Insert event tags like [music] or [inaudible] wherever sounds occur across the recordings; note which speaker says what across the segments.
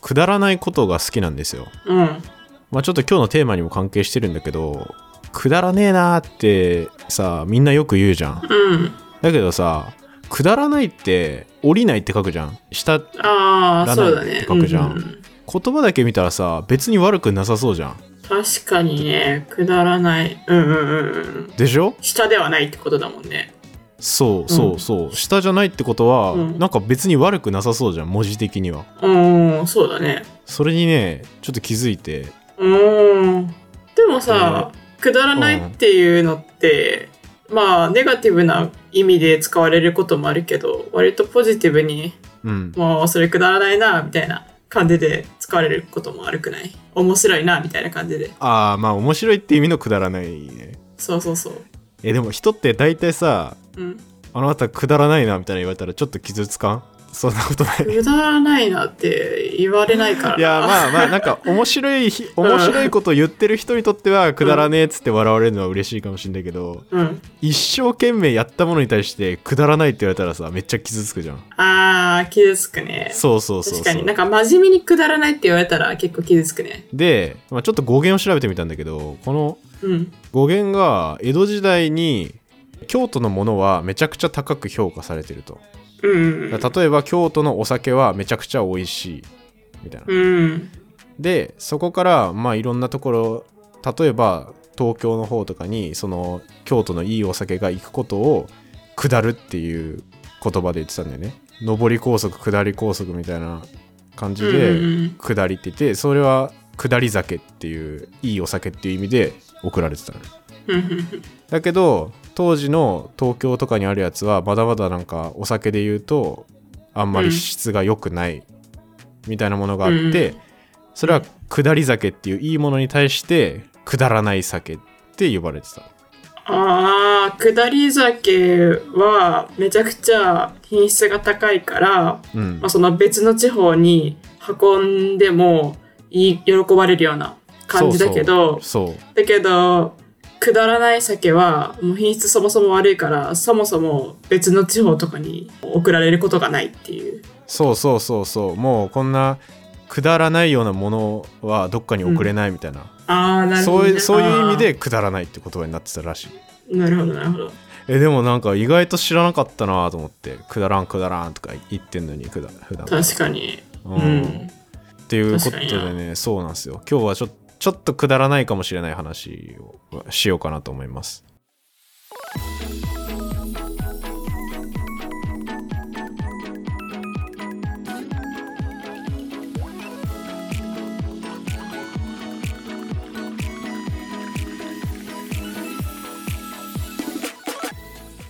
Speaker 1: くだらないことが好きなんですよ。
Speaker 2: うん。
Speaker 1: まあちょっと今日のテーマにも関係してるんだけど、くだらねえなーってさ、みんなよく言うじゃん。
Speaker 2: うん。
Speaker 1: だけどさ、くだらないって降りないって書くじゃん。下、
Speaker 2: ああ、
Speaker 1: らない
Speaker 2: そうだね。
Speaker 1: って書くじゃん
Speaker 2: ううん
Speaker 1: 言葉だけ見たらさ、別に悪くなさそうじゃん。
Speaker 2: 確かにね、くだらない。うんうんうんうん。
Speaker 1: でしょ
Speaker 2: 下ではないってことだもんね。
Speaker 1: そうそうそう、下じゃないってことは、
Speaker 2: うん
Speaker 1: なんか別に悪くなさそうじゃん文字的には
Speaker 2: うん、そうだね。
Speaker 1: それにねちょっと気づいて
Speaker 2: うん。でもさ、くだらないっていうのって、まあ、ネガティブな意味で使われることもあるけど、割とポジティブに、
Speaker 1: うん
Speaker 2: もうそれくだらないな、みたいな感じで使われることも悪くない。面白いな、みたいな感じで。
Speaker 1: ああまあ面白いって意味のくだらないね
Speaker 2: そうそうそう。
Speaker 1: えでも人って大体さ
Speaker 2: うん。
Speaker 1: あなたくだらないなみたいな言われたらちょっと傷つかんそんなことない
Speaker 2: くだらないなって言われないからな。
Speaker 1: いやまあまあなんか面白
Speaker 2: [laughs]
Speaker 1: いひ面白いこと言ってる人にとってはくだらねえっつって笑われるのは嬉しいかもしんないけど
Speaker 2: うん。
Speaker 1: 一生懸命やったものに対してくだらないって言われたらさめっちゃ傷つくじゃん
Speaker 2: あー、傷つくね。
Speaker 1: そうそうそうそう
Speaker 2: 確かに。なんか真面目にくだらないって言われたら結構傷つくね。
Speaker 1: で、まあ、ちょっと語源を調べてみたんだけどこの
Speaker 2: うん。
Speaker 1: 語源が江戸時代に京都のものはめちゃくちゃ高く評価されてると
Speaker 2: うん。
Speaker 1: だから例えば京都のお酒はめちゃくちゃ美味しいみたいな
Speaker 2: うん。
Speaker 1: でそこからまあいろんなところ例えば東京の方とかにその京都のいいお酒が行くことを下るっていう言葉で言ってたんだよね上り高速下り高速みたいな感じで、
Speaker 2: うん
Speaker 1: 下りっててそれは下り酒っていういいお酒っていう意味で送られてたの
Speaker 2: うん
Speaker 1: だけど当時の東京とかにあるやつはまだまだなんかお酒で言うとあんまり質が良くないみたいなものがあ
Speaker 2: う
Speaker 1: っ
Speaker 2: んう
Speaker 1: てそれは下り酒っていういいものに対してくだらない酒って呼ばれてた
Speaker 2: あー、下り酒はめちゃくちゃ品質が高いから、
Speaker 1: うん
Speaker 2: まあ、その別の地方に運んでもいい喜ばれるような感じだけど、
Speaker 1: そうそう
Speaker 2: だけど、くだらない酒はもう品質そもそも悪いから、そもそも別の地方とかに送られることがないっていう。
Speaker 1: そうそうそうそうもうこんなくだらないようなものはどっかに送れないみたいな、
Speaker 2: ああ、なるほ
Speaker 1: そ
Speaker 2: ど、
Speaker 1: うい
Speaker 2: ね。
Speaker 1: うそういう意味でくだらないって言葉になってたらしい
Speaker 2: あー。なるほど、なるほど。
Speaker 1: えでもなんか意外と知らなかったなと思って「くだらんくだらん」とか言ってんのにくだ普段
Speaker 2: 確かに。
Speaker 1: う
Speaker 2: うんん。
Speaker 1: っていうこと
Speaker 2: 確か
Speaker 1: で
Speaker 2: に
Speaker 1: ねそうなんですよ今日はちょちょっとくだらないかもしれない話をしようかなと思います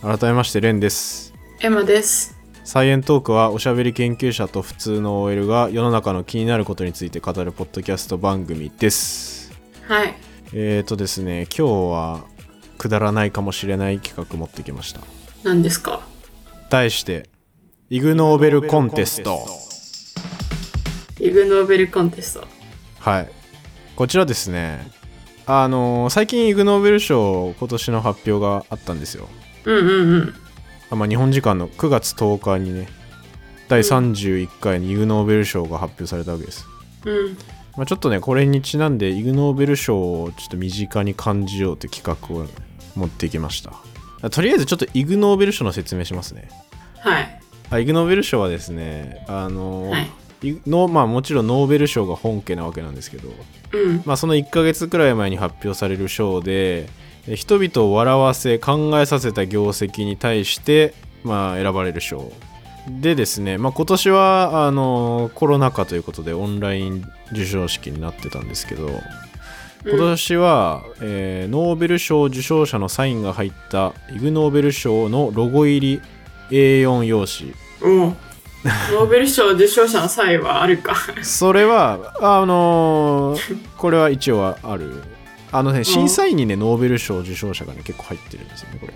Speaker 1: 改めましてレンです
Speaker 2: エマです。
Speaker 1: サイエントークはおしゃべり研究者と普通の OL が世の中の気になることについて語るポッドキャスト番組です。
Speaker 2: はい。
Speaker 1: えーとですね、今日はくだらないかもしれない企画持ってきました。
Speaker 2: 何ですか
Speaker 1: 題して、イグ・ノーベルコンテスト。
Speaker 2: イグ・ノーベルコンテスト。
Speaker 1: はい。こちらですね、あのー最近イグ・ノーベル賞今年の発表があったんですよ。
Speaker 2: うんうんうん。
Speaker 1: あまあ、日本時間の9月10日にね、第31回にイグ・ノーベル賞が発表されたわけです。
Speaker 2: うん。
Speaker 1: まあ、ちょっとねこれにちなんでイグ・ノーベル賞をちょっと身近に感じようという企画を持ってきましたとりあえずちょっとイグ・ノーベル賞の説明しますね
Speaker 2: はい。
Speaker 1: あイグ・ノーベル賞はですねあの、
Speaker 2: はい。
Speaker 1: イグのまあ、もちろんノーベル賞が本家なわけなんですけど、
Speaker 2: うん。
Speaker 1: まあ、その1ヶ月くらい前に発表される賞でえ人々を笑わせ考えさせた業績に対して、まあ、選ばれる賞でですね、まあ、今年はあのコロナ禍ということでオンライン授賞式になってたんですけど今年は、えーノーベル賞受賞者のサインが入ったイグ・ノーベル賞のロゴ入り A4 用紙 [laughs]
Speaker 2: うん、おうノーベル賞受賞者の際はあるか。
Speaker 1: それはあのーこれは一応はあるあのね審査員にねノーベル賞受賞者がね結構入ってるんですよねこれ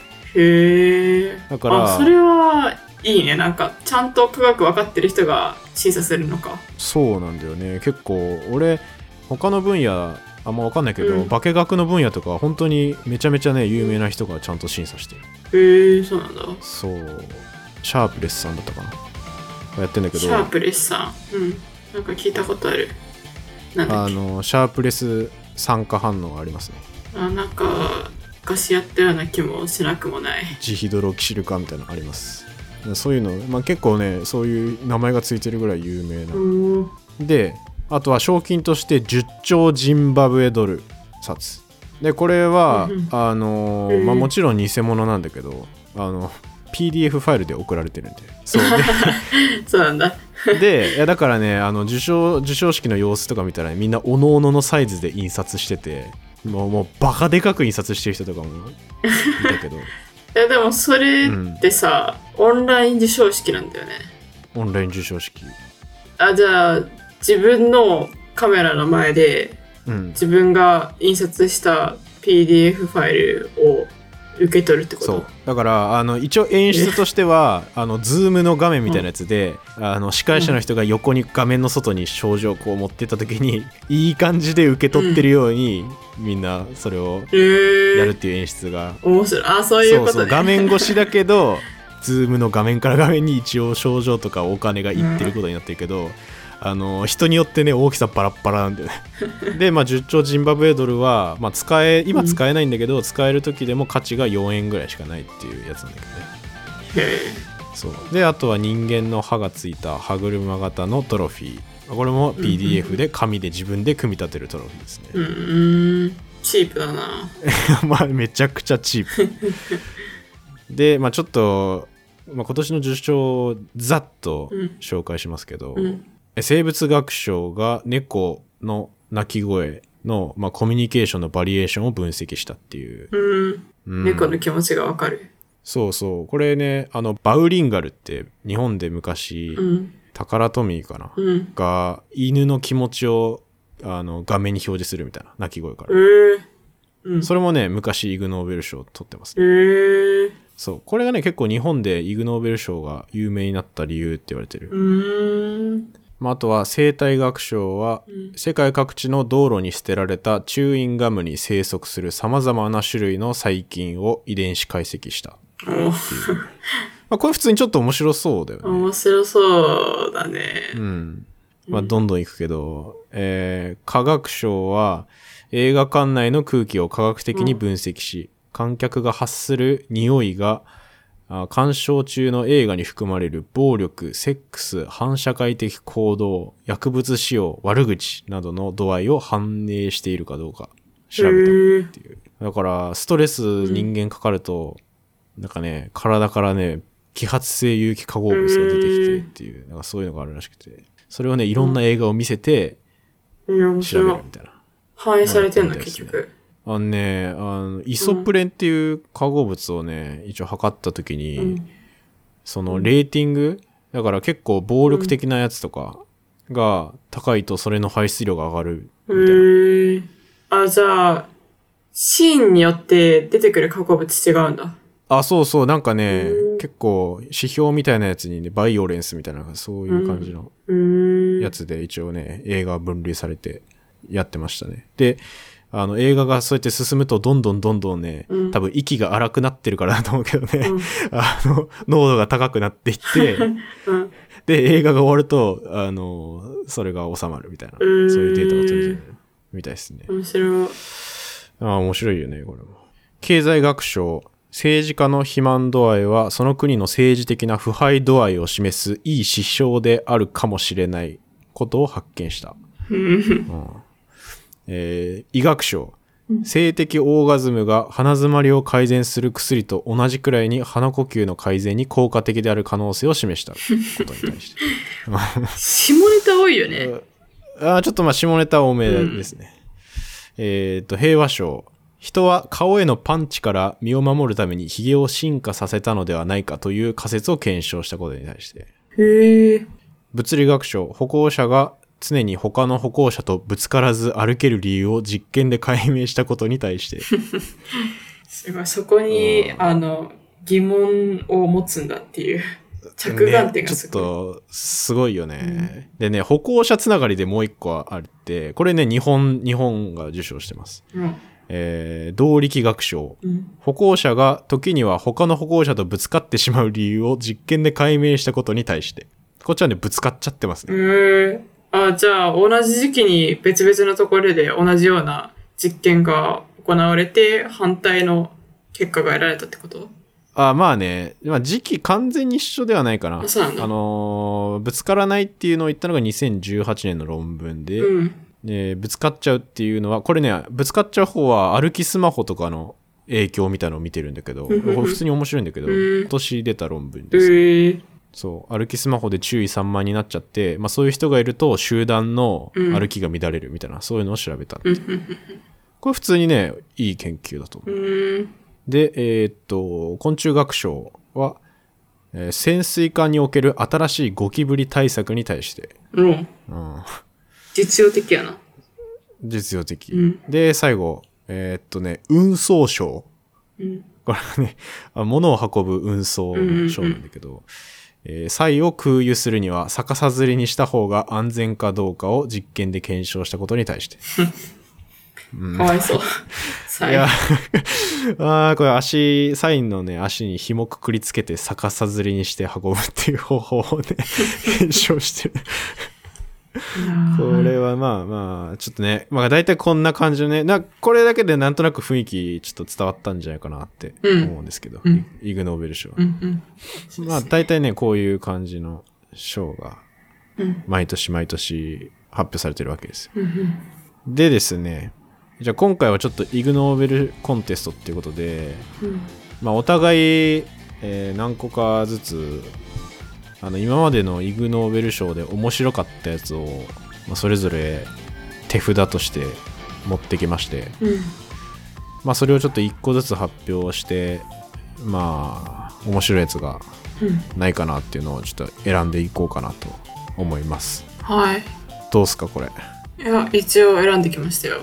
Speaker 2: へえ。
Speaker 1: だから
Speaker 2: あ、それはいいね。なんか、ちゃんと科学分かってる人が審査するのか。
Speaker 1: そうなんだよね結構俺他の分野あんま分かんないけど、
Speaker 2: うん
Speaker 1: 化学の分野とか本当にめちゃめちゃね有名な人がちゃんと審査してる
Speaker 2: へえ、そうなんだ。
Speaker 1: そうシャープレスさんだったかなやってんだけ
Speaker 2: シ
Speaker 1: ど
Speaker 2: ャープレスさん。うん。なんか聞いたことある。なんだ
Speaker 1: あ
Speaker 2: っけ
Speaker 1: のシャープレス酸化反応がありますね
Speaker 2: あなんか昔やったような気もしなくもない。
Speaker 1: ジヒドロキシル化みたいなのありますそういうの、まあ、結構ねそういう名前がついてるぐらい有名な、
Speaker 2: うん。
Speaker 1: であとは賞金として10兆ジンバブエドル札でこれは、
Speaker 2: うんうん
Speaker 1: あのー
Speaker 2: へー
Speaker 1: まあ、もちろん偽物なんだけどあの PDF ファイルで送られてるんでそうで
Speaker 2: そうなんだ。 [laughs]
Speaker 1: でいやだからねあの受賞授賞式の様子とか見たら、ね、みんなおのおののサイズで印刷しててもうもうバカでかく印刷してる人とかもいた
Speaker 2: [laughs]
Speaker 1: けど
Speaker 2: いやでもそれってさ、オンライン授賞式なんだよね。
Speaker 1: オンライン授賞式
Speaker 2: あじゃあ自分のカメラの前で
Speaker 1: うん
Speaker 2: 自分が印刷した PDF ファイルを受け取るってこと
Speaker 1: そうだからあの一応演出としては [laughs] あのズームの画面みたいなやつで、あの司会者の人が横に画面の外に症状をこう持ってった時に [laughs] いい感じで受け取ってるように、みんなそれを
Speaker 2: へー
Speaker 1: やるっていう演出が
Speaker 2: 面白いあそうい
Speaker 1: そ
Speaker 2: う
Speaker 1: う
Speaker 2: こと
Speaker 1: そう
Speaker 2: ね
Speaker 1: 画面越しだけどズームの画面から画面に一応症状とかお金がいってることになってるけど、あの人によってね大きさバラッバラなんだよ
Speaker 2: [laughs]
Speaker 1: ねで、まあ、10兆ジンバブエドルは、まあ、使え今使えないんだけど、使える時でも価値が4円ぐらいしかないっていうやつなんだけどね
Speaker 2: へ
Speaker 1: そうであとは人間の歯がついた歯車型のトロフィーこれも PDF で紙で自分で組み立てるトロフィーですね、
Speaker 2: ーうんうんチープだな
Speaker 1: まあめちゃくちゃチ
Speaker 2: [laughs]
Speaker 1: ープでまあちょっと、まあ、今年の受賞をざっと
Speaker 2: うん
Speaker 1: 紹介しますけど、
Speaker 2: うん
Speaker 1: え生物学賞が猫の鳴き声の、まあ、コミュニケーションのバリエーションを分析したっていう、
Speaker 2: うん
Speaker 1: うん
Speaker 2: 猫の気持ちがわかる
Speaker 1: そうそうこれねあのバウリンガルって日本で昔、
Speaker 2: うん
Speaker 1: タカラトミーかな、
Speaker 2: うん
Speaker 1: が犬の気持ちをあの画面に表示するみたいな鳴き声か
Speaker 2: え
Speaker 1: ら、
Speaker 2: ー、うん
Speaker 1: それもね昔イグ・ノーベル賞を取ってますね
Speaker 2: えー、
Speaker 1: そう。これがね、結構日本でイグ・ノーベル賞が有名になった理由って言われてる。
Speaker 2: うーん
Speaker 1: まあ、あとは生態学賞は、
Speaker 2: うん
Speaker 1: 世界各地の道路に捨てられたチューインガムに生息する様々な種類の細菌を遺伝子解析した。
Speaker 2: お
Speaker 1: まあ、これ普通にちょっと面白そうだよね。
Speaker 2: 面白そうだね
Speaker 1: うん。まあ、どんどんいくけど、えー、科学賞は映画館内の空気を科学的に分析し、観客が発する匂いが、あ鑑賞中の映画に含まれる暴力、セックス、反社会的行動、薬物使用、悪口などの度合いを反映しているかどうか調べたっていう。だから、ストレス人間かかると、なんかね、体からね、揮発性有機化合物が出てきてっていう、なんかそういうのがあるらしくて、それをね、いろんな映画を見せて
Speaker 2: いや
Speaker 1: 調
Speaker 2: 面
Speaker 1: べ
Speaker 2: 白い
Speaker 1: るみたいな。
Speaker 2: 反映されてんの
Speaker 1: うん
Speaker 2: 結局
Speaker 1: あのね、あの、イソプレンっていう化合物をね、一応測った時に、
Speaker 2: うん
Speaker 1: そのレーティング、だから結構暴力的なやつとかが高いとそれの排出量が上がるみたいな。
Speaker 2: へえあじゃあシーンによって出てくる化合物違うんだ
Speaker 1: あ、そうそう、なんかね
Speaker 2: うん、
Speaker 1: 結構指標みたいなやつにね、バイオレンスみたいな、そういう感じの
Speaker 2: うーん
Speaker 1: やつで一応ね、映画は分類されてやってましたね。で、あの映画がそうやって進むとどんどんどんどんね、
Speaker 2: うん
Speaker 1: 多分息が荒くなってるからだと思うけどね、 [laughs] あの、濃度が高くなっていって、
Speaker 2: うん
Speaker 1: で、映画が終わると、あの、それが収まるみたいな、そう
Speaker 2: ーん
Speaker 1: いうデータが取れてるみたいですね。
Speaker 2: 面白い
Speaker 1: ああ、面白いよね、これも。経済学賞。政治家の肥満度合いは、その国の政治的な腐敗度合いを示すいい指標であるかもしれないことを発見した。うんえー医学賞。性的オーガズムが鼻づまりを改善する薬と同じくらいに鼻呼吸の改善に効果的である可能性を示したことに対して。
Speaker 2: 下ネタ多いよね
Speaker 1: あーちょっとまあ下ネタ多めですね。えっと、平和賞。人は顔へのパンチから身を守るために髭を進化させたのではないかという仮説を検証したことに対して。
Speaker 2: へえ
Speaker 1: 物理学賞。歩行者が常に他の歩行者とぶつからず歩ける理由を実験で解明したことに対して。
Speaker 2: すごいそこに
Speaker 1: うん
Speaker 2: あの疑問を持つんだっていう [laughs] 着眼点がす
Speaker 1: ねち
Speaker 2: ごい
Speaker 1: ょっとすごいよね、でね、歩行者つながりでもう一個あって、これね、日本、日本が受賞してます。
Speaker 2: うん
Speaker 1: えー動力学賞。
Speaker 2: うん
Speaker 1: 歩行者が時には他の歩行者とぶつかってしまう理由を実験で解明したことに対して。こっちはね、ぶつかっちゃってます
Speaker 2: う
Speaker 1: ね。
Speaker 2: ーんあじゃあ同じ時期に別々のところで同じような実験が行われて反対の結果が得られたってこと
Speaker 1: あまあね、まあ、時期完全に一緒ではないかな。あ
Speaker 2: あそうなんだ
Speaker 1: のーぶつからないっていうのを言ったのが2018年の論文で、
Speaker 2: うん。
Speaker 1: でぶつかっちゃうっていうのはこれねぶつかっちゃう方は歩きスマホとかの影響みたいのを見てるんだけどこ
Speaker 2: うん
Speaker 1: れ
Speaker 2: うんうん
Speaker 1: 普通に面白いんだけど
Speaker 2: うん
Speaker 1: 今年出た論文
Speaker 2: え
Speaker 1: です、
Speaker 2: ー、
Speaker 1: そう歩きスマホで注意散漫になっちゃって、まあ、そういう人がいると集団の
Speaker 2: うん
Speaker 1: 歩きが乱れるみたいな、そういうのを調べた
Speaker 2: うんうん
Speaker 1: これ普通にねいい研究だと思う
Speaker 2: うんうん。
Speaker 1: で、えーっと、昆虫学賞は、えー潜水艦における新しいゴキブリ対策に対して、
Speaker 2: うん。
Speaker 1: うん、
Speaker 2: 実用的やな。
Speaker 1: 実用的。
Speaker 2: うん
Speaker 1: で、最後、えーっとね、運送賞。
Speaker 2: うん。
Speaker 1: これはね、あ物を運ぶ運送賞なんだけど、えーサイを空輸するには逆さずりにした方が安全かどうかを実験で検証したことに対して。
Speaker 2: かわ
Speaker 1: [laughs]
Speaker 2: いそう。さ
Speaker 1: いや、あ
Speaker 2: あ、
Speaker 1: [laughs] ーこれ足、サインのね、足に紐くくりつけて逆さずりにして運ぶっていう方法を
Speaker 2: [laughs]
Speaker 1: ね、検証してる。これはまあまあ、ちょっとね、まあ大体こんな感じのね、なこれだけでなんとなく雰囲気ちょっと伝わったんじゃないかなって
Speaker 2: うん
Speaker 1: 思うんですけど、
Speaker 2: うん
Speaker 1: イグノーベル賞は。
Speaker 2: うんうん。
Speaker 1: まあ大体ね、こういう感じの賞が
Speaker 2: うん
Speaker 1: 毎年毎年発表されてるわけですよ。
Speaker 2: うんうん
Speaker 1: でですね、じゃあ今回はちょっとイグノーベルコンテストっていうことで、
Speaker 2: うん
Speaker 1: まあ、お互い、えー何個かずつあの今までのイグ・ノーベル賞で面白かったやつを、まあ、それぞれ手札として持ってきまして、
Speaker 2: うん
Speaker 1: まあ、それをちょっと1個ずつ発表してまあ面白いやつが
Speaker 2: うん。
Speaker 1: ないかなっていうのをちょっと選んでいこうかなと思います
Speaker 2: はい。
Speaker 1: どうすかこれ
Speaker 2: いや、一応選んできましたよ。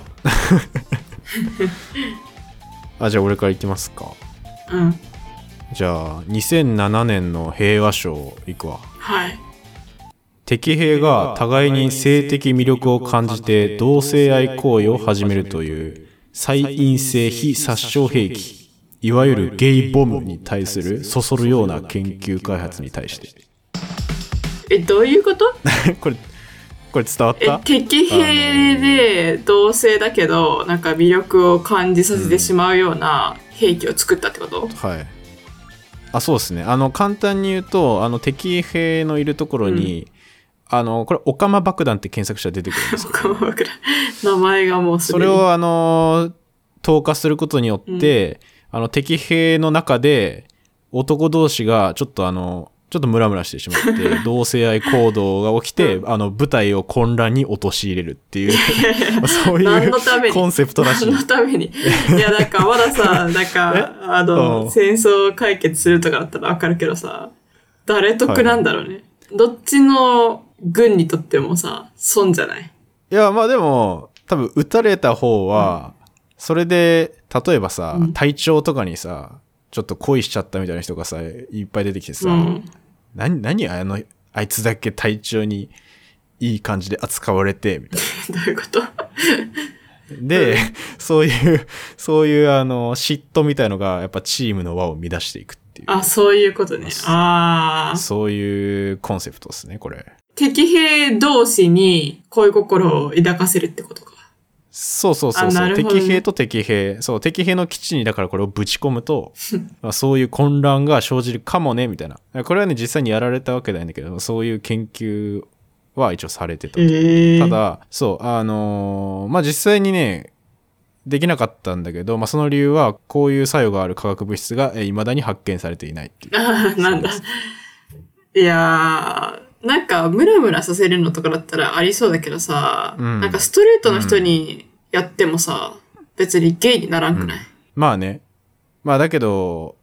Speaker 1: あじゃあ俺からいきますか
Speaker 2: うん。
Speaker 1: じゃあ2007年の平和賞いくわ
Speaker 2: はい。
Speaker 1: 敵兵が互いに性的魅力を感じて同性愛行為を始めるという再陰性非殺傷兵器いわゆるゲイボムに対するそそるような研究開発に対して
Speaker 2: え、どういうこと
Speaker 1: [laughs] これこれ伝わっ
Speaker 2: え
Speaker 1: た
Speaker 2: 敵兵で同性だけどなんか魅力を感じさせてしまうような兵器を作ったってこと、
Speaker 1: はいあそうですねあの簡単に言うとあの敵兵のいるところに、あのこれ「オカマ爆弾」って検索したら出てくるんですけど
Speaker 2: 僕は僕ら名前がもうす
Speaker 1: そ
Speaker 2: でに
Speaker 1: れをあのー投下することによって、あの敵兵の中で男同士がちょっとあのちょっとムラムラしてしまって
Speaker 2: [laughs]
Speaker 1: 同性愛行動が起きて、あの部隊を混乱に陥れるって
Speaker 2: [laughs]
Speaker 1: いうそうい
Speaker 2: 何
Speaker 1: う
Speaker 2: のために
Speaker 1: コンセプトらし
Speaker 2: [laughs]
Speaker 1: い
Speaker 2: 何のためにいやなんかまだ
Speaker 1: [laughs]
Speaker 2: さなんかあ
Speaker 1: う
Speaker 2: の
Speaker 1: ん
Speaker 2: 戦争を解決するとかだったらわかるけどさ誰得なんだろうね、どっちの軍にとってもさ損じゃない
Speaker 1: いやまあでも多分撃たれた方は、それで例えばさ、
Speaker 2: うん
Speaker 1: 隊長とかにさちょっと恋しちゃったみたいな人がさいっぱい出てきてさ、
Speaker 2: うん
Speaker 1: 何、何あの、あいつだけ体調にいい感じで扱われて、みた
Speaker 2: [laughs]
Speaker 1: い
Speaker 2: どういうこと
Speaker 1: な。で、そういう、そういうあの、嫉妬みたいのが、やっぱチームの輪を乱していくっていう。
Speaker 2: あそういうことねああ
Speaker 1: そういうコンセプトですね、これ。
Speaker 2: 敵兵同士に恋心を抱かせるってことか。
Speaker 1: そうそうそう
Speaker 2: あ
Speaker 1: そ
Speaker 2: な
Speaker 1: う、
Speaker 2: るほどね
Speaker 1: 敵兵と敵兵。そう、敵兵の基地にだからこれをぶち込む
Speaker 2: [laughs]
Speaker 1: と、まあそういう混乱が生じるかもね、みたいな。これはね、実際にやられたわけじゃないんだけど、そういう研究は一応されてた。
Speaker 2: え
Speaker 1: ただそうあのーまあ実際にねできなかったんだけど、まあ、その理由はこういう作用がある化学物質がいまだに発見されていないっていう
Speaker 2: あーなんだ。いやー、なんかムラムラさせるのとかだったらありそうだけどさ、
Speaker 1: うん
Speaker 2: なんかストレートの人にやってもさ、別にゲイにならんくない、
Speaker 1: まあねまあだけど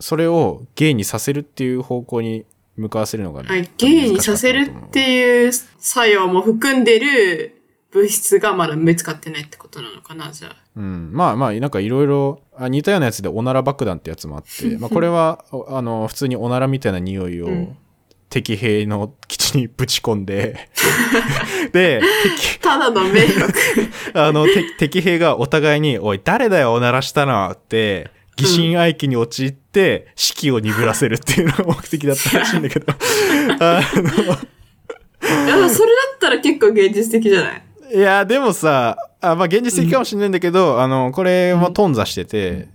Speaker 1: それをゲイにさせるっていう方向に向かわせるのがね、
Speaker 2: あゲイにさせるっていう作用も含んでる物質がまだ見つかってないってことなのかな、じゃあ。
Speaker 1: うん、まあまあなんかいろいろあ似たようなやつでおなら爆弾ってやつもあ
Speaker 2: [laughs]
Speaker 1: って、まあ、これはおあの普通におならみたいな匂いを
Speaker 2: うん
Speaker 1: 敵兵の基地にぶち込んで [laughs] で敵
Speaker 2: ただの迷惑。
Speaker 1: あの、て敵兵がお互いに、おい、誰だよ、おならしたのって、疑心暗鬼に陥って、士気を鈍らせるっていうのが目的だったらしいんだけど、あの、
Speaker 2: いやもそれだったら結構現実的じゃない
Speaker 1: いやでもさあまあ現実的かもしれないんだけど、あのこれは頓挫してて、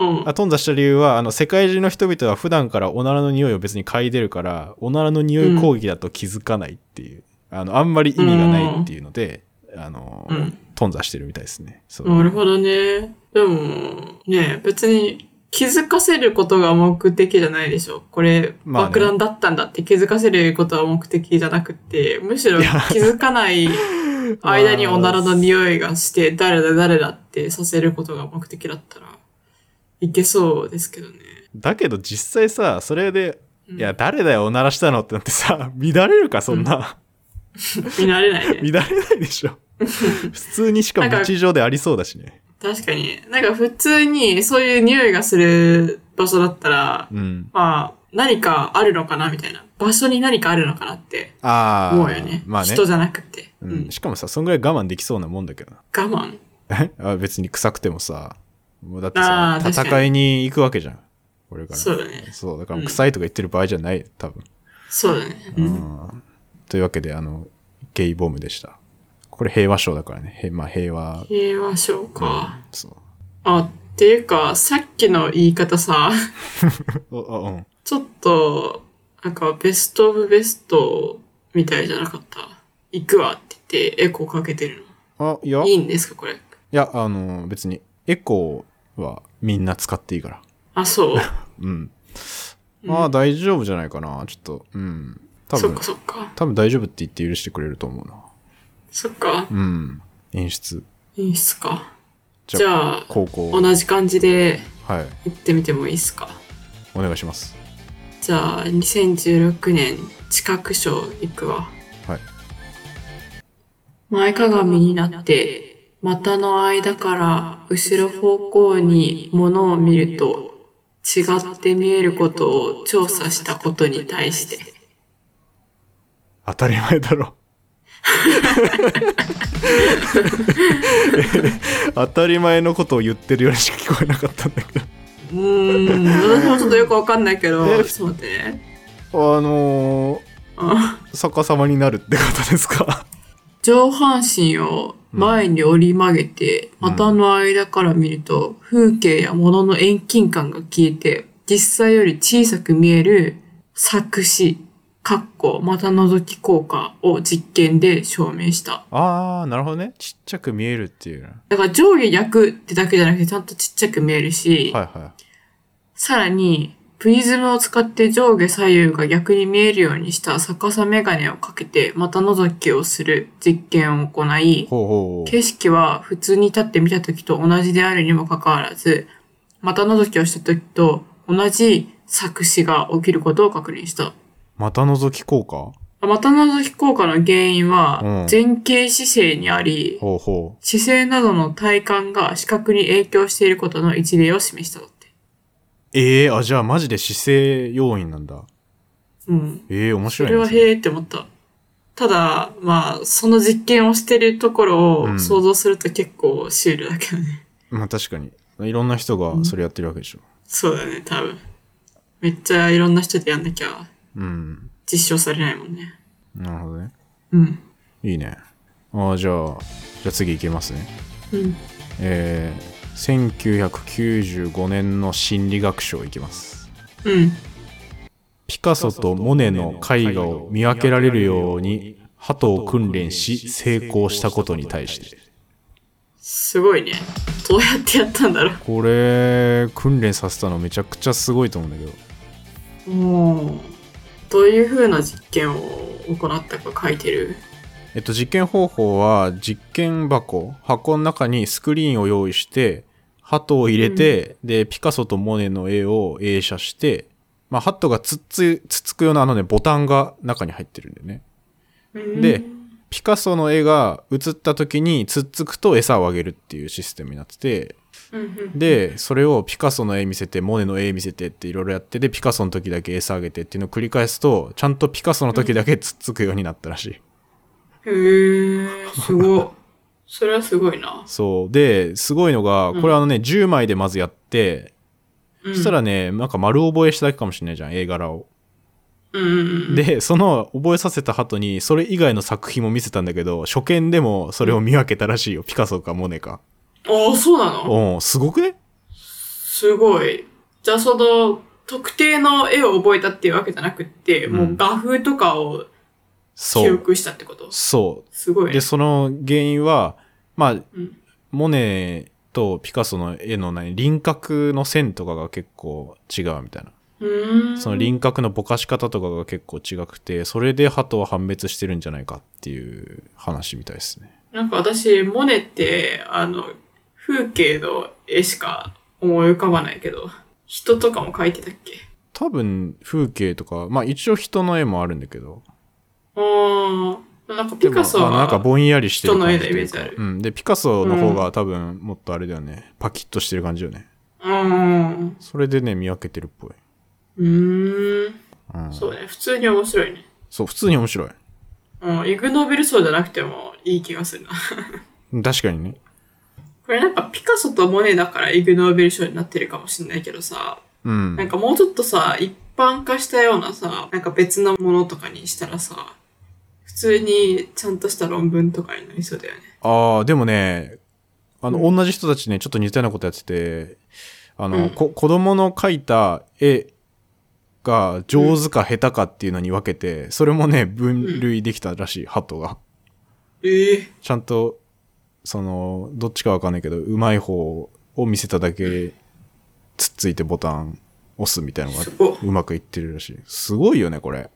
Speaker 2: うん。
Speaker 1: あ頓挫した理由はあの世界中の人々は普段からおならの匂いを別に嗅いでるからおならの匂い攻撃だと気づかないっていう、あのあんまり意味がないっていうので、あの、
Speaker 2: うん
Speaker 1: 頓挫してるみたいですねそう、
Speaker 2: なるほどね。でも、ね別に気づかせることが目的じゃないでしょ。これ、
Speaker 1: まあね
Speaker 2: 爆弾だったんだって気づかせることは目的じゃなくて、むしろ気づか
Speaker 1: [laughs]
Speaker 2: ない間におならの匂いがして、誰だ誰だってさせることが目的だったら、いけそうですけどね。
Speaker 1: だけど実際さそれで「
Speaker 2: うん
Speaker 1: いや誰だよおならしたの?」ってなってさ [laughs] 乱れるかそんな、。
Speaker 2: 見られないね
Speaker 1: 乱れないでし
Speaker 2: [laughs]
Speaker 1: ょ普通にしかも
Speaker 2: なんか
Speaker 1: 日常でありそうだしね
Speaker 2: 確かに。なんか普通にそういう匂いがする場所だったら、
Speaker 1: うん
Speaker 2: まあ、何かあるのかなみたいな。場所に何かあるのかなって
Speaker 1: ああ
Speaker 2: 思うよね。
Speaker 1: まあね
Speaker 2: 人じゃなくて。
Speaker 1: う
Speaker 2: うんん、
Speaker 1: しかもさそんぐらい我慢できそうなもんだけどな
Speaker 2: 我慢。
Speaker 1: え [laughs] あ別に臭くてもさもうだって
Speaker 2: あ
Speaker 1: さ
Speaker 2: ー確かに
Speaker 1: 戦いに行くわけじゃんこれから
Speaker 2: そうだね。
Speaker 1: そうだから
Speaker 2: うん
Speaker 1: 臭いとか言ってる場合じゃない多分、
Speaker 2: そうだね。うん、
Speaker 1: うんというわけであのゲイボムでしたこれ平和賞だからねへまあ平和
Speaker 2: 平和賞か。
Speaker 1: そう
Speaker 2: あ、っていうか、さっきの言い方さ、 [laughs]
Speaker 1: おあうん [laughs]
Speaker 2: ちょっと、なんかベストオブベストみたいじゃなかった。行くわって言ってエコーかけてる
Speaker 1: あいや
Speaker 2: の。いいんですか、これ。
Speaker 1: いや、あの、別に、エコーはみんな使っていいから。
Speaker 2: あ、そう。
Speaker 1: うん。まあ、大丈夫じゃないかな。ちょっと、うん。多
Speaker 2: そっ
Speaker 1: 分
Speaker 2: か、そっか。
Speaker 1: 多分大丈夫って言って許してくれると思うな。
Speaker 2: そっか。
Speaker 1: うん。演出。
Speaker 2: いいっすか。
Speaker 1: じゃあ
Speaker 2: じゃあ、
Speaker 1: 高校。
Speaker 2: 同じ感じで
Speaker 1: はい。
Speaker 2: 行ってみてもいいっすか。
Speaker 1: お願いします。
Speaker 2: じゃあ、2016年、知覚賞行くわ。
Speaker 1: はい。
Speaker 2: 前かがみになって、股の間から後ろ方向に物を見ると、違って見えることを調査したことに対して。
Speaker 1: 当たり前だろ。 [laughs] 当たり前のことを言ってるようにしか聞こえなかったんだけど。
Speaker 2: うーん、私もちょっとよくわかんないけど、ちょ
Speaker 1: え
Speaker 2: っと待ってね。
Speaker 1: あのー、
Speaker 2: あ
Speaker 1: 逆さまになるってことですか
Speaker 2: 上半身を前に折り曲げて、
Speaker 1: うん
Speaker 2: 股の間から見ると、風景や物の遠近感が消えて、実際より小さく見える作詞、かっこ、股覗き効果を実験で証明した。
Speaker 1: ああ、なるほどね。ちっちゃく見えるっていう。は
Speaker 2: だから上下逆ってだけじゃなくて、ちゃんとちっちゃく見えるし、
Speaker 1: いはい。
Speaker 2: さらに、プリズムを使って上下左右が逆に見えるようにした逆さメガネをかけて股覗きをする実験を行い、
Speaker 1: ほうほうほう。
Speaker 2: 景色は普通に立って見た時と同じであるにもかかわらず、股覗きをした時と同じ錯視が起きることを確認した。
Speaker 1: 股覗き効果
Speaker 2: 股覗き効果の原因
Speaker 1: うん
Speaker 2: は前傾姿勢にあり、
Speaker 1: ほうほう。
Speaker 2: 姿勢などの体感が視覚に影響していることの一例を示しただって。
Speaker 1: ええあ、じゃあマジで姿勢要因なんだ。
Speaker 2: うん。
Speaker 1: ええ面
Speaker 2: そ
Speaker 1: 白い
Speaker 2: れ
Speaker 1: ね
Speaker 2: はへえって思った。ただ、まあ、その実験をしてるところ
Speaker 1: うん
Speaker 2: を想像すると結構シュールだけどね。
Speaker 1: まあ確かに。いろんな人がそれやってるわけでしょ。
Speaker 2: そうだね、多分。めっちゃいろんな人でやんなきゃ
Speaker 1: うん。
Speaker 2: 実証されないもんね。
Speaker 1: なるほどね。
Speaker 2: うん。
Speaker 1: いいね。ああ、じゃあ、じゃあ次いけますね。
Speaker 2: うん。
Speaker 1: えー、1995年の心理学賞いきます。
Speaker 2: うん。
Speaker 1: ピカソとモネの絵画を見分けられるように、鳩を訓練し成功したことに対して。
Speaker 2: すごいね。どうやってやったんだろ
Speaker 1: これ、訓練させたのめちゃくちゃすごいと思うんだけど。
Speaker 2: う。もう、どういう風な実験を行ったか書いてる。
Speaker 1: えっと、実験方法は実験箱箱の中にスクリーンを用意して鳩を入れて、でピカソとモネの絵を映写して、まあ、鳩がつっつつっつくようなあのねボタンが中に入ってるんだよねでピカソの絵が映った時につっつくと餌をあげるっていうシステムになってて
Speaker 2: うんうん、
Speaker 1: でそれをピカソの絵見せてモネの絵見せてっていろいろやってでピカソの時だけ餌あげてっていうのを繰り返すとちゃんとピカソの時だけつっつくようになったらしい。
Speaker 2: へ [laughs] ー、すごい。それはすごいな。
Speaker 1: そう。で、すごいのが、
Speaker 2: うん
Speaker 1: これあのね、10枚でまずやって、
Speaker 2: うん、
Speaker 1: そしたらね、なんか丸覚えしただけかもしれないじゃん、絵柄を。
Speaker 2: うんうんうん。、
Speaker 1: でその覚えさせた鳩にそれ以外の作品も見せたんだけど初見でもそれを見分けたらしいよピカソかモネか
Speaker 2: ああ、そうなの
Speaker 1: うんすごくね
Speaker 2: すごい。じゃあその、特定の絵を覚えたっていうわけじゃなくって、
Speaker 1: うん
Speaker 2: もう画風とかを
Speaker 1: そ
Speaker 2: 記
Speaker 1: う
Speaker 2: 憶したってこと
Speaker 1: そ
Speaker 2: すご
Speaker 1: う
Speaker 2: い
Speaker 1: で
Speaker 2: ね。
Speaker 1: その原因はまあ
Speaker 2: うん。
Speaker 1: モネとピカソの絵の何輪郭の線とかが結構違うみたいな
Speaker 2: うーん。
Speaker 1: その輪郭のぼかし方とかが結構違くてそれで鳩を判別してるんじゃないかっていう話みたいですね
Speaker 2: なんか私、モネって、あの、風景の絵しか思い浮かばないけど、人とかも描いてたっけ
Speaker 1: 多分風景とかまあ一応人の絵もあるんだけど
Speaker 2: うーん。なんかピカソ
Speaker 1: でもあのなんか
Speaker 2: は、
Speaker 1: ぼんやりしてる感じというか
Speaker 2: 人の絵のイメージある
Speaker 1: うん、でピカソの方が多分もっとあれだよね、パキッとしてる感じよね
Speaker 2: うーん。
Speaker 1: それでね見分けてるっぽい、
Speaker 2: うーん。
Speaker 1: うん、
Speaker 2: そうね。普通に面白いね。
Speaker 1: そう普通に面白い
Speaker 2: うん。イグノーベル賞じゃなくてもいい気がするな。
Speaker 1: 確かにね
Speaker 2: これなんかピカソとモネだからイグノーベル賞になってるかもしれないけどさ、
Speaker 1: うん
Speaker 2: なんかもうちょっとさ、一般化したようなさ、なんか別のものとかにしたらさ、普通にちゃんとした論文とかになりそうだよね。
Speaker 1: ああ、でもね、あの、
Speaker 2: う
Speaker 1: 同じ人たちね、ちょっと似たようなことやってて、あの、
Speaker 2: うん
Speaker 1: こ子供の描いた絵が上手か下手かっていうのに分けて、それもね、分類できたらしい、ハトが。
Speaker 2: ええ
Speaker 1: ちゃんと、その、どっちかわかんないけど、うまい方を見せただけ、つっついてボタン押すみたいなのが
Speaker 2: すごいう
Speaker 1: まくいってるらしい。すごいよね、これ。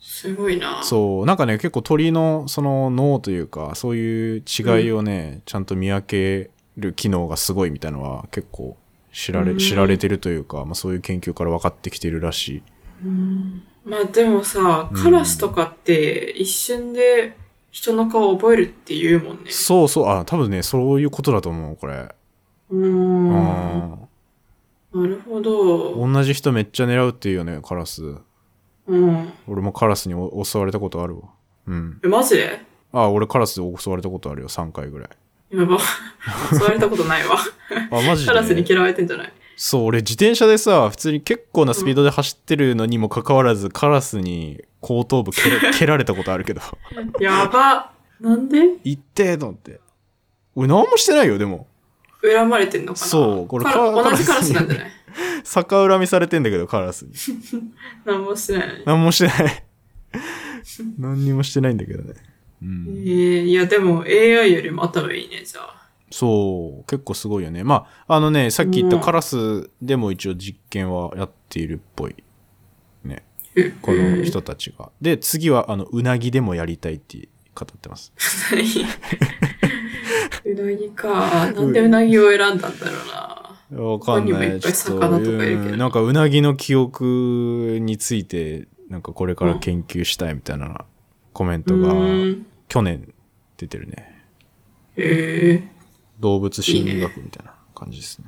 Speaker 2: すごいな。
Speaker 1: そうなんかね結構鳥のその脳というかそういう違いをね、ちゃんと見分ける機能がすごいみたいのは結構知られ
Speaker 2: うん
Speaker 1: 知られてるというか、まあ、そういう研究から分かってきてるらしい
Speaker 2: まあでもさ、カラスとかって一瞬で人の顔を覚えるって言うもんね。
Speaker 1: そうそうあ多分ねそういうことだと思うこれ
Speaker 2: うー。
Speaker 1: うんん
Speaker 2: なるほど。
Speaker 1: 同じ人めっちゃ狙うっていうよねカラス
Speaker 2: うん。
Speaker 1: 俺もカラスにお襲われたことあるわうん
Speaker 2: え、マジで
Speaker 1: あ俺カラス襲われたことあるよ3回ぐらい
Speaker 2: やば。 [laughs] 襲われたことないわ。
Speaker 1: あ [laughs] マジで
Speaker 2: カラスに嫌われてんじゃない
Speaker 1: そう、俺自転車でさ、普通に結構なスピードで走ってるのにもかかわらず、カラスに後頭部蹴 [laughs] ら蹴られたことあるけど。
Speaker 2: やば。なんで
Speaker 1: 行ってと思って。俺何もしてないよ、でも。
Speaker 2: 恨まれてんのかな
Speaker 1: そうこれ
Speaker 2: カ
Speaker 1: カ
Speaker 2: ラ
Speaker 1: ラ
Speaker 2: 同じカラスなんじゃない
Speaker 1: 逆恨みされてんだけど、カラスに。
Speaker 2: 何もしてないのに。
Speaker 1: 何もして [laughs] ない。何にもしてないんだけどね。うん、
Speaker 2: ええいやでも AI よりも頭いいね、じゃあ。
Speaker 1: そう、結構すごいよね。まあ、あのね、さっき言った
Speaker 2: うん
Speaker 1: カラスでも一応実験はやっているっぽい。ね、
Speaker 2: え
Speaker 1: この人たちが。で、次は、あの、うなぎでもやりたいって語ってます。
Speaker 2: [laughs] うなぎか。なんでうなぎを選んだんだろうな。
Speaker 1: わかん
Speaker 2: 他にも
Speaker 1: ないい。
Speaker 2: っぱい
Speaker 1: ちょっ
Speaker 2: 魚とかいるけど
Speaker 1: うんなんかうなぎの記憶について、なんかこれから研究したいみたいなコメントが
Speaker 2: うーん
Speaker 1: 去年出てるね。
Speaker 2: へえ
Speaker 1: 動物心理学みたいな感じですね。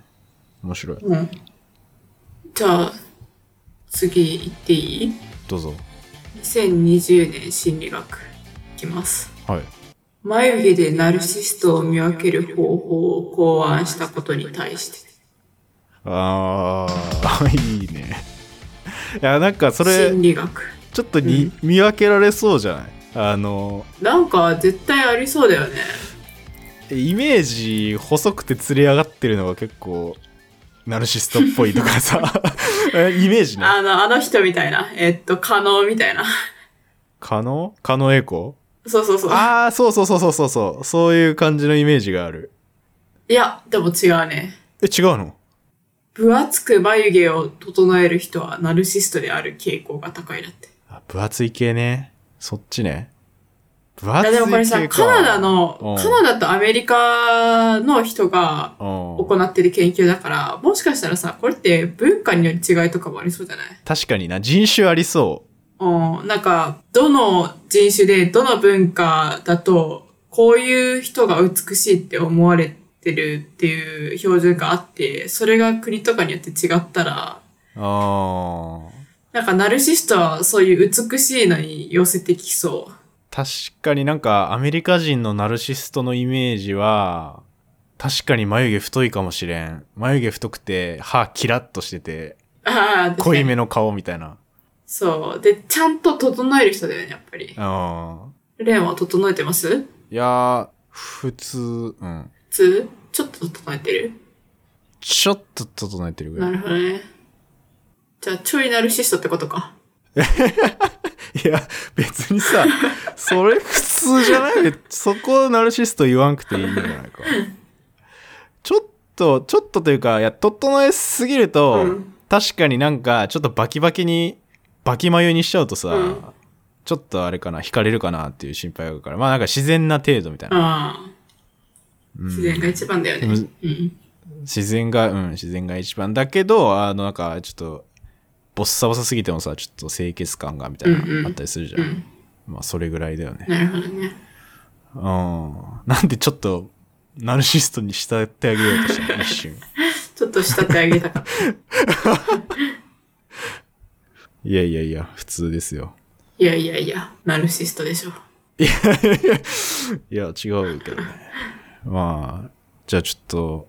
Speaker 1: 面白い。
Speaker 2: うん。じゃあ、次行っていい
Speaker 1: どうぞ。
Speaker 2: ?2020 年心理学いきます。
Speaker 1: はい。
Speaker 2: 眉毛でナルシストを見分ける方法を考案したことに対して。
Speaker 1: あー、い [laughs] いね。いや、なんかそれ
Speaker 2: 心、理学。
Speaker 1: ちょっとに、見分けられそうじゃないあの、
Speaker 2: なんか絶対ありそうだよね。
Speaker 1: イメージ細くて釣り上がってるのが結構ナルシストっぽいとかさ
Speaker 2: [laughs]
Speaker 1: えイメージね
Speaker 2: あの、あの人みたいな。えっと、可能みたいな。
Speaker 1: 狩野狩野英孝
Speaker 2: そうそうそう。
Speaker 1: ああそうそうそうそうそうそうそういう感じのイメージがある
Speaker 2: いや、でも違うね。
Speaker 1: え違うの
Speaker 2: 分厚く眉毛を整える人はナルシストである傾向が高いだって。
Speaker 1: あ分厚い系ねそっちね分厚い
Speaker 2: いや
Speaker 1: 系
Speaker 2: でもこれさ、
Speaker 1: か
Speaker 2: カナダの、
Speaker 1: うん
Speaker 2: カナダとアメリカの人が行
Speaker 1: うん
Speaker 2: ってる研究だから、もしかしたらさ、これって文化による違いとかもありそうじゃない
Speaker 1: 確かにな人種ありそ
Speaker 2: うん、なんか、どの人種で、どの文化だと、こういう人が美しいって思われてるっていう標準があって、それが国とかによって違ったら、
Speaker 1: うあー
Speaker 2: なんかナルシストはそういう美しいのに寄せてきそ
Speaker 1: 確かになんかアメリカ人のナルシストのイメージは確かに眉毛太いかもしれん眉毛太くて歯キラッとしてて
Speaker 2: う。ああ、
Speaker 1: 濃い
Speaker 2: 目。
Speaker 1: めの顔みたいな
Speaker 2: そう。で、ちゃんと整える人だよね、やっぱり。
Speaker 1: ああ。
Speaker 2: レンは整えてます
Speaker 1: いやー、普通、うん。
Speaker 2: つちょっと整えてる
Speaker 1: ちょっと整えてるぐら。
Speaker 2: ないるほどね。じゃあ、ちょいナルシストってことか。
Speaker 1: いや、別に
Speaker 2: [laughs]
Speaker 1: さ、それ普通じゃないそこナルシスト言わんくていいんじゃないか。ちょっと、ちょっとというか、いや、整えすぎると、
Speaker 2: うん
Speaker 1: 確かになんか、ちょっとバキバキに、バキ眉にしちゃうとさ、
Speaker 2: うん
Speaker 1: ちょっとあれかな、惹かれるかなっていう心配があるから、まあなんか自然な程度みたいな。
Speaker 2: ああ。自然が一番だよね。
Speaker 1: うん
Speaker 2: うん。
Speaker 1: 自然が、うん、自然が一番だけど、あの、なんか、ちょっと、ボッサボサすぎてもさ、ちょっと清潔感がみたいな、
Speaker 2: うんうん
Speaker 1: あったりするじゃ。
Speaker 2: うんん。
Speaker 1: まあ、それぐらいだよね。
Speaker 2: なるほどね。
Speaker 1: うん。なんでちょっと、ナルシストに慕ってあげようとしたの、一瞬。
Speaker 2: ちょっと仕立て上げた
Speaker 1: [laughs]
Speaker 2: かった。
Speaker 1: いやいやいや、普通ですよ。
Speaker 2: いやいやいや、ナルシストでしょ。
Speaker 1: いや、違うけどね。まあ、じゃあちょっと、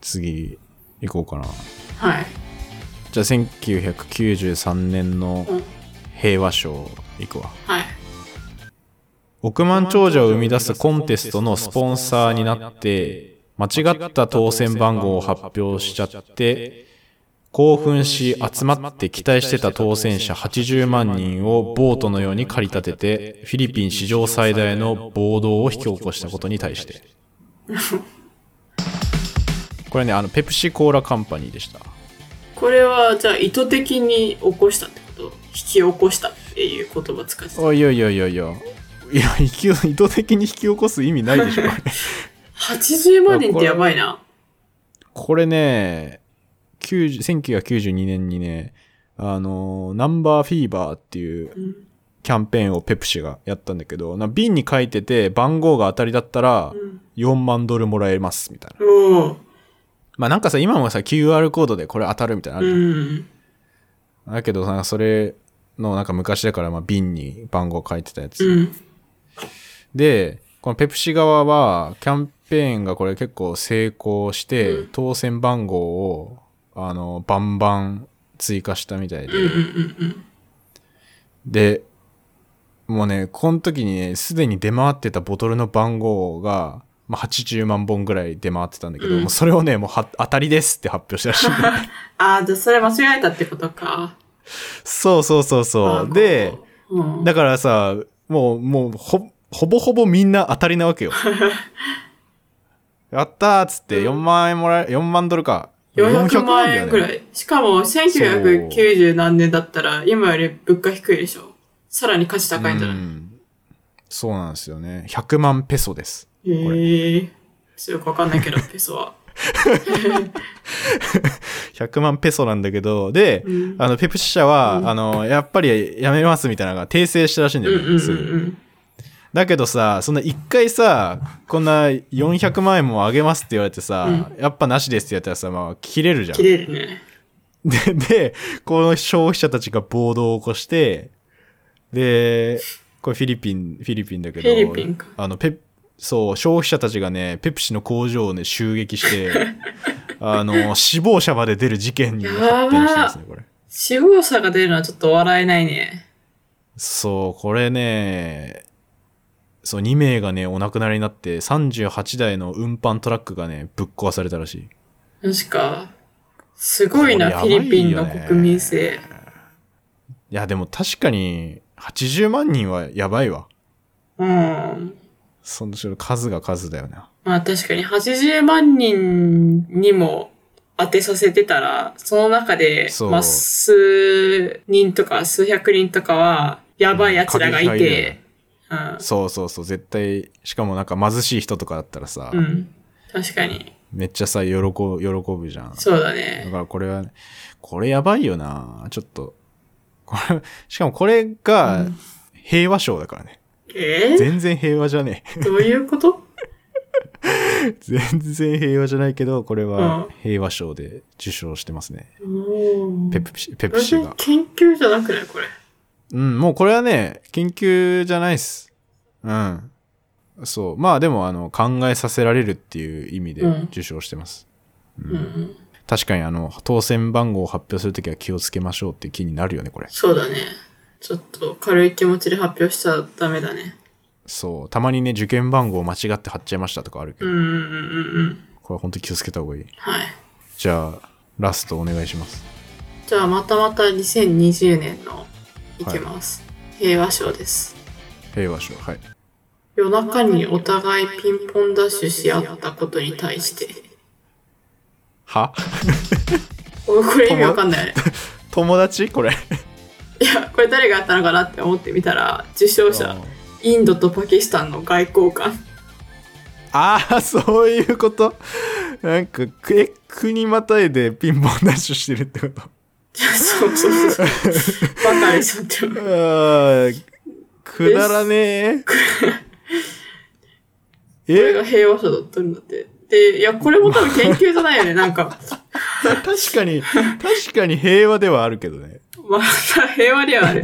Speaker 1: 次、行こうかな。
Speaker 2: はい。
Speaker 1: じゃあ、1993年の
Speaker 2: うん。
Speaker 1: 平和賞、行くわ。
Speaker 2: はい。
Speaker 1: 億万長者を生み出すコンテストのスポンサーになって、間違った当選番号を発表しちゃって、興奮し集まって期待してた当選者80万人をボートのように駆り立てて、フィリピン史上最大の暴動を引き起こしたことに対して。 [laughs] これね、あの、ペプシコーラカンパニーでした。
Speaker 2: これは、じゃあ、意図的に起こしたってこと引き起こしたっていう言葉使ってた。
Speaker 1: あいやいやいやいや。いや、意気を意図的に引き起こす意味ないでしょ、これ。
Speaker 2: 80万人ってやばいな。
Speaker 1: これね、90 1992年にね、あの、ナンバーフィーバーっていう
Speaker 2: うん。
Speaker 1: キャンペーンをペプシがやったんだけど、な瓶に書いてて番号が当たりだったら
Speaker 2: うん
Speaker 1: 4万ドルもらえますみたいな。
Speaker 2: おお。
Speaker 1: まあなんかさ、今もさ、QR コードでこれ当たるみたいなのあ
Speaker 2: う
Speaker 1: るじゃん
Speaker 2: ん。
Speaker 1: だけどさ、それのなんか昔だからまあ瓶に番号書いてたやつ。
Speaker 2: うん。
Speaker 1: で、このペプシ側は、キャンペーンがこれ結構成功して、
Speaker 2: うん
Speaker 1: 当選番号を、あの、バンバン追加したみたいで。
Speaker 2: うんうんうんうん。
Speaker 1: で、もうね、この時にね、すでに出回ってたボトルの番号が、まあ、80万本ぐらい出回ってたんだけど、
Speaker 2: うん
Speaker 1: もうそれをね、もうは当たりですって発表したらしい。
Speaker 2: [laughs] ああ、じゃあそれ間違えたってことか。
Speaker 1: そうそうそう
Speaker 2: あ
Speaker 1: そ
Speaker 2: ー
Speaker 1: う。で、、
Speaker 2: こううん、
Speaker 1: だからさ、もう、もう、ほ、ほぼほぼみんな当たりなわけ
Speaker 2: [laughs]
Speaker 1: よ。やったーっつって、4万円もらえ、4万ドルか。
Speaker 2: 400万円ぐら
Speaker 1: い。
Speaker 2: い。しかも、1990何年だったら、今より物価低いでしょ。さらに価値高いんじゃ
Speaker 1: う
Speaker 2: ない
Speaker 1: んそうなんですよね。100万ペソです。これ
Speaker 2: へえ。ちょっとよくわかんないけど、ペ
Speaker 1: [laughs]
Speaker 2: ソは。
Speaker 1: 100万ペソなんだけど、で、
Speaker 2: うん
Speaker 1: あの、ペプシ社は、
Speaker 2: うん
Speaker 1: あの、やっぱりやめますみたいなのが訂正したらしいん
Speaker 2: う
Speaker 1: だ
Speaker 2: ん
Speaker 1: よ
Speaker 2: う
Speaker 1: ね。
Speaker 2: んうん
Speaker 1: す
Speaker 2: う
Speaker 1: ぐ
Speaker 2: ん。
Speaker 1: だけどさ、そんな一回さ、こんな400万円もあげますって言われてさ、やっぱなしですってやったらさ、まあ、切れるじゃん
Speaker 2: 切。れるね。
Speaker 1: で、で、この消費者たちが暴動を起こして、で、これフィリピン、フィリピンだけど、
Speaker 2: フィリピンか
Speaker 1: あの、ペそう、消費者たちがね、ペプシの工場をね、襲撃
Speaker 2: [laughs]
Speaker 1: して、あの、死亡者まで出る事件に発展してますね、これ。
Speaker 2: 死亡者が出るのはちょっと笑えないね。
Speaker 1: そう、これね、そう、2名がね、お亡くなりになって、38台の運搬トラックがね、ぶっ壊されたらしい。
Speaker 2: 確か。すごいな、フ
Speaker 1: これやばいよね
Speaker 2: ィリピンの国民性。
Speaker 1: いや、でも確かに、80万人はやばいわ。
Speaker 2: うん。
Speaker 1: その数が数だよな。
Speaker 2: まあ確かに80万人にも当てさせてたら、その中で
Speaker 1: そ、う
Speaker 2: まあ数人とか数百人とかは、やばい奴らがいて、うん。
Speaker 1: そうそうそう、絶対、しかもなんか貧しい人とかだったらさ、
Speaker 2: うん。確かに。
Speaker 1: めっちゃさ、喜ぶ、喜ぶじゃん。
Speaker 2: そうだ
Speaker 1: だ
Speaker 2: ね。
Speaker 1: からこれは、これやばいよなちょっと。これ、しかもこれが平和賞だからね。
Speaker 2: え
Speaker 1: 全然平和じゃね
Speaker 2: どういうこと
Speaker 1: え。 [laughs] 全然平和じゃないけど、これ
Speaker 2: う
Speaker 1: は
Speaker 2: ん
Speaker 1: 平和賞で受賞してますね。
Speaker 2: お
Speaker 1: ペ
Speaker 2: ー
Speaker 1: プシ、ペプ
Speaker 2: 全
Speaker 1: シ
Speaker 2: 然
Speaker 1: が。
Speaker 2: 研究じゃなくないこれ。
Speaker 1: うん、もうこれはね、研究じゃないっす。うん。そう。まあでも、あの、考えさせられるっていう意味で
Speaker 2: うん
Speaker 1: 受賞してます。
Speaker 2: うん。
Speaker 1: 確かにあの、当選番号を発表するときは気をつけましょうっていう気になるよね、これ。
Speaker 2: そうだね。ちょっと軽い気持ちで発表しちゃダメだね。
Speaker 1: そう。たまにね、受験番号間違って貼っちゃいましたとかあるけ
Speaker 2: う
Speaker 1: ど、
Speaker 2: んうんうんうんうん。
Speaker 1: これは本当に気をつけた方がいい。
Speaker 2: はい。
Speaker 1: じゃあ、ラストお願いします。
Speaker 2: じゃあまたまた2020年のいきます、平和賞です
Speaker 1: 平和賞。はい。
Speaker 2: 夜中にお互いピンポンダッシュし合ったことに対して
Speaker 1: は
Speaker 2: おこれ意味わかんな
Speaker 1: [laughs]
Speaker 2: いね
Speaker 1: 友達これ。 [laughs]
Speaker 2: いやこれ誰がやったのかなって思ってみたら受賞者インドとパキスタンの外
Speaker 1: [laughs]
Speaker 2: 交官
Speaker 1: ああ、そういうこと。なんか、くえ、国またいでピンポンダッシュしてるってこと。
Speaker 2: いやそうそうそうバカでしょって思う
Speaker 1: あーくだらねえ。
Speaker 2: これが
Speaker 1: え、
Speaker 2: 平和賞だったんだってでいやこれも多分研究じゃないよねなんか
Speaker 1: 確かに、確かに平和ではあるけどね。
Speaker 2: また平和では
Speaker 1: [laughs]
Speaker 2: ある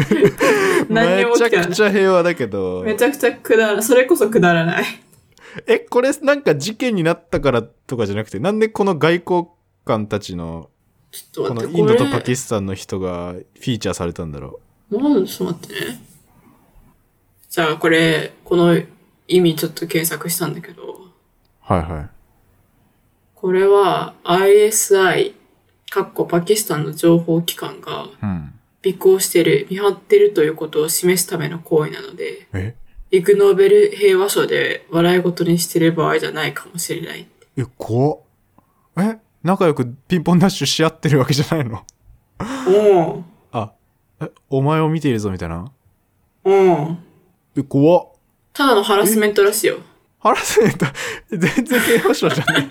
Speaker 2: 何に
Speaker 1: め
Speaker 2: も
Speaker 1: ちゃ
Speaker 2: 起きては
Speaker 1: く
Speaker 2: ない
Speaker 1: ちゃ平和だけど。
Speaker 2: めちゃくちゃくだらそれこそくだらない
Speaker 1: え、これなんか事件になったからとかじゃなくて、なんでこの外交官たちの、
Speaker 2: ちょっ
Speaker 1: ことの
Speaker 2: 待って
Speaker 1: インドと
Speaker 2: これ
Speaker 1: パキスタンの人がフィーチャーされたんだろ
Speaker 2: なんちょっと待ってね。じゃあこれ、この意味ちょっと検索したんだけど、
Speaker 1: う。はいはい。
Speaker 2: これは ISI、かっこパキスタンの情報機関が
Speaker 1: うん。
Speaker 2: 尾行してる、見張ってるということを示すための行為なので、
Speaker 1: え
Speaker 2: イグノーベル平和賞で笑い事にしてる場合じゃないかもしれない。
Speaker 1: え、怖っ。え仲良くピンポンダッシュし合ってるわけじゃないの
Speaker 2: お
Speaker 1: あ、え、お前を見ているぞみたいな。
Speaker 2: うん。うん。
Speaker 1: え、怖っ。
Speaker 2: ただのハラスメントらしいよ。
Speaker 1: ハラスメント、 [laughs] 全然平和賞じゃない。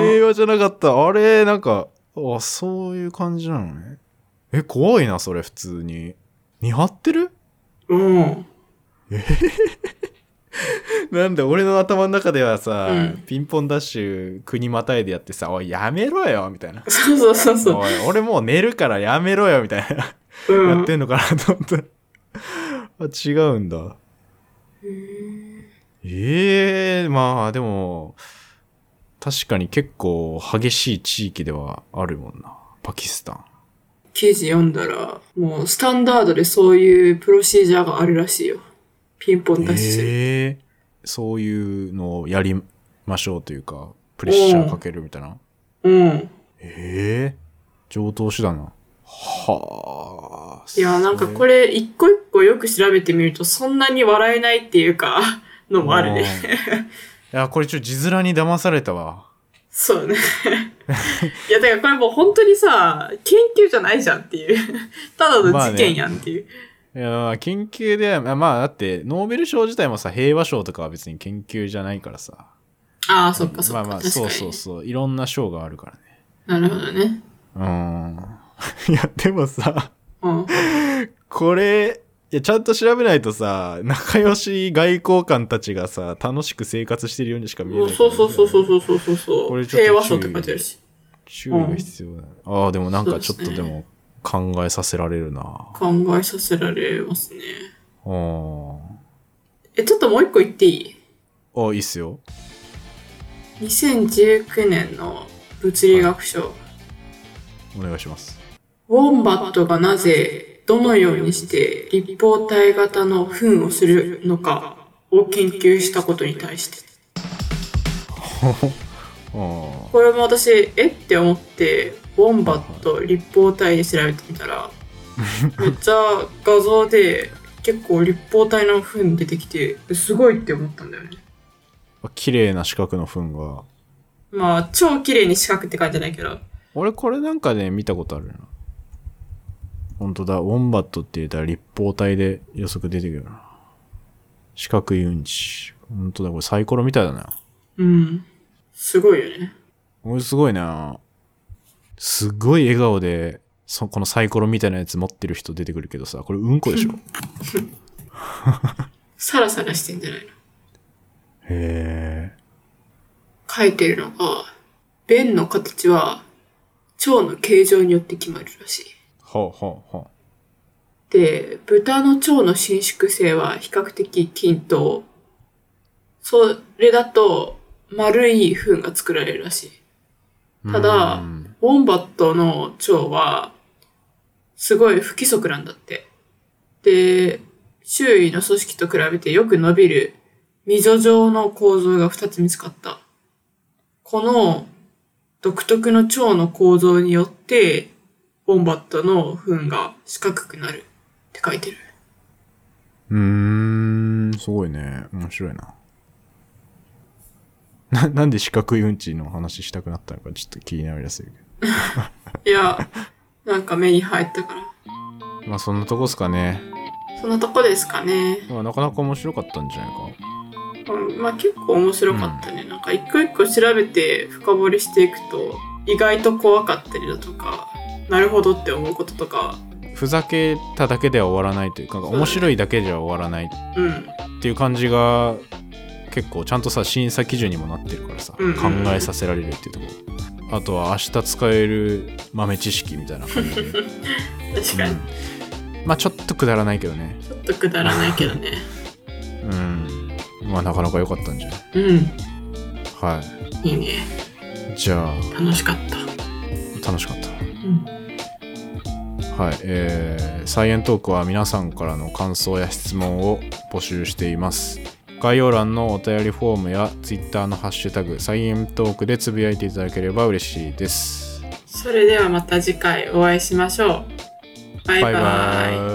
Speaker 2: うん。
Speaker 1: 平和じゃなかった。あれ、なんか、あ、そういう感じなのね。え、怖いな、それ、普通に。見張ってる
Speaker 2: うん。
Speaker 1: なんで俺の頭の中ではさ、
Speaker 2: うん
Speaker 1: ピンポンダッシュ国またいでやってさ「おいやめろよ」みたいな
Speaker 2: そうそうそう
Speaker 1: 「
Speaker 2: そ
Speaker 1: おい俺もう寝るからやめろよ」みたいな、
Speaker 2: う。う
Speaker 1: や
Speaker 2: ん
Speaker 1: っ。てんのかなと思ったあ違うんだええまあでも確かに結構激しい地域ではあるもんなパキスタン
Speaker 2: 記事読んだら、もうスタンダードでそういうプロシージャーがあるらしいよ。ピンポンダッシュする。
Speaker 1: ええそういうのをやりましょうというかプレッシャーかけるみたいな
Speaker 2: うん。
Speaker 1: ええ上等手段な。はあ。
Speaker 2: いや、なんかこ
Speaker 1: れ
Speaker 2: れ一個一個よく調べてみると、そんなに笑えないっていうか、 [laughs] のもある
Speaker 1: [laughs]
Speaker 2: ね。。
Speaker 1: いや、これちょっと字面に騙されたわ。
Speaker 2: そうね。 [laughs] いや、だからこれもう本当にさ、研究じゃないじゃんっていう。 [laughs] ただの事件やんっていう。
Speaker 1: いや、研究では、まあだって、ノーベル賞自体もさ、平和賞とかは別に研究じゃないからさ。
Speaker 2: ああ、そっかそっ
Speaker 1: ま
Speaker 2: か。
Speaker 1: あまあ、
Speaker 2: 確か
Speaker 1: そ
Speaker 2: に
Speaker 1: うそうそう。いろんな賞があるからね。
Speaker 2: なるほどね。
Speaker 1: うーん。いや、 [laughs] でもさ、
Speaker 2: うん。
Speaker 1: これ、いや、ちゃんと調べないとさ、仲良し外交官たちがさ、楽しく生活してるようにしか見えないからね、
Speaker 2: そうそうそうそうそうそ
Speaker 1: こ
Speaker 2: うそう。
Speaker 1: れちょっと
Speaker 2: 平和賞って書いてあるし。
Speaker 1: 注意が必要だ、ねああでもなんかちょっとでも考えさせられるな
Speaker 2: 考えさせられますね。
Speaker 1: うん
Speaker 2: え、ちょっともう一個言っていい
Speaker 1: あいいっすよ
Speaker 2: 2019年の物理学賞、
Speaker 1: お願いします
Speaker 2: ウォンバットがなぜどのようにして立方体型の糞をするのかを研究したことに対して
Speaker 1: あー
Speaker 2: これも私えって思ってウォンバット立方体で調べてみたらめっちゃ画像で結構立方体の糞出てきてすごいって思ったんだよね
Speaker 1: あ綺麗な四角の糞が
Speaker 2: まあ超綺麗に四角って感じじゃないけど
Speaker 1: 俺これなんかね見たことあるな本当だウォンバットって言ったら立方体で予測出てくるな四角いうんち本当だこれサイコロみたいだな
Speaker 2: うんすごいよね
Speaker 1: これすごいなすっごい笑顔でそこのサイコロみたいなやつ持ってる人出てくるけどさこれうんこでし [laughs] ょ
Speaker 2: サラサラしてんじゃないの
Speaker 1: へえ。
Speaker 2: 書いてるのが、弁の形は腸の形状によって決まるらしい。
Speaker 1: ほうほうほ
Speaker 2: で、豚の腸の伸縮性は比較的均等。それだと丸い糞が作られるらしい。ただ
Speaker 1: うん
Speaker 2: ウォンバットの腸は、すごい不規則なんだって。で、周囲の組織と比べてよく伸びる溝状の構造が2つ見つかった。この独特の腸の構造によって、ウォンバットの糞が四角くなるって書いてる。
Speaker 1: うーん、すごいね。面白いな。な、なんで四角いうんちの話したくなったのかちょっと気になりやすいけ
Speaker 2: いや、なんか目に入ったから。
Speaker 1: ど。まあそんなとこっすかね。
Speaker 2: そんなとこですかね。
Speaker 1: まあなかなか面白かったんじゃないか。
Speaker 2: うんまあ結構面白かったね、なんか一個一個調べて深掘りしていくと意外と怖かったりだとかなるほどって思うこととか
Speaker 1: ふざけただけでは終わらないというか、なんか面白いだけじゃ終わらない
Speaker 2: うん
Speaker 1: っていう感じが結構ちゃんとさ審査基準にもなってるからさ、
Speaker 2: うんうんうん
Speaker 1: 考えさせられるっていうところあとは明日使える豆知識みたいな感じで、うん
Speaker 2: [laughs] 確かに
Speaker 1: まあちょっとくだらないけどね
Speaker 2: ちょっとくだらないけどね
Speaker 1: うんまあなかなか良かったんじゃない
Speaker 2: うん
Speaker 1: はい
Speaker 2: いいね
Speaker 1: いじゃあ
Speaker 2: 楽しかった
Speaker 1: 楽しかっ
Speaker 2: うん
Speaker 1: たはいえー、サイエントークは皆さんからの感想や質問を募集しています概要欄のお便りフォームや Twitter のハッシュタグサイエントークでつぶやいていただければ嬉しいです
Speaker 2: それではまた次回お会いしましょうバイバイ
Speaker 1: バイバイ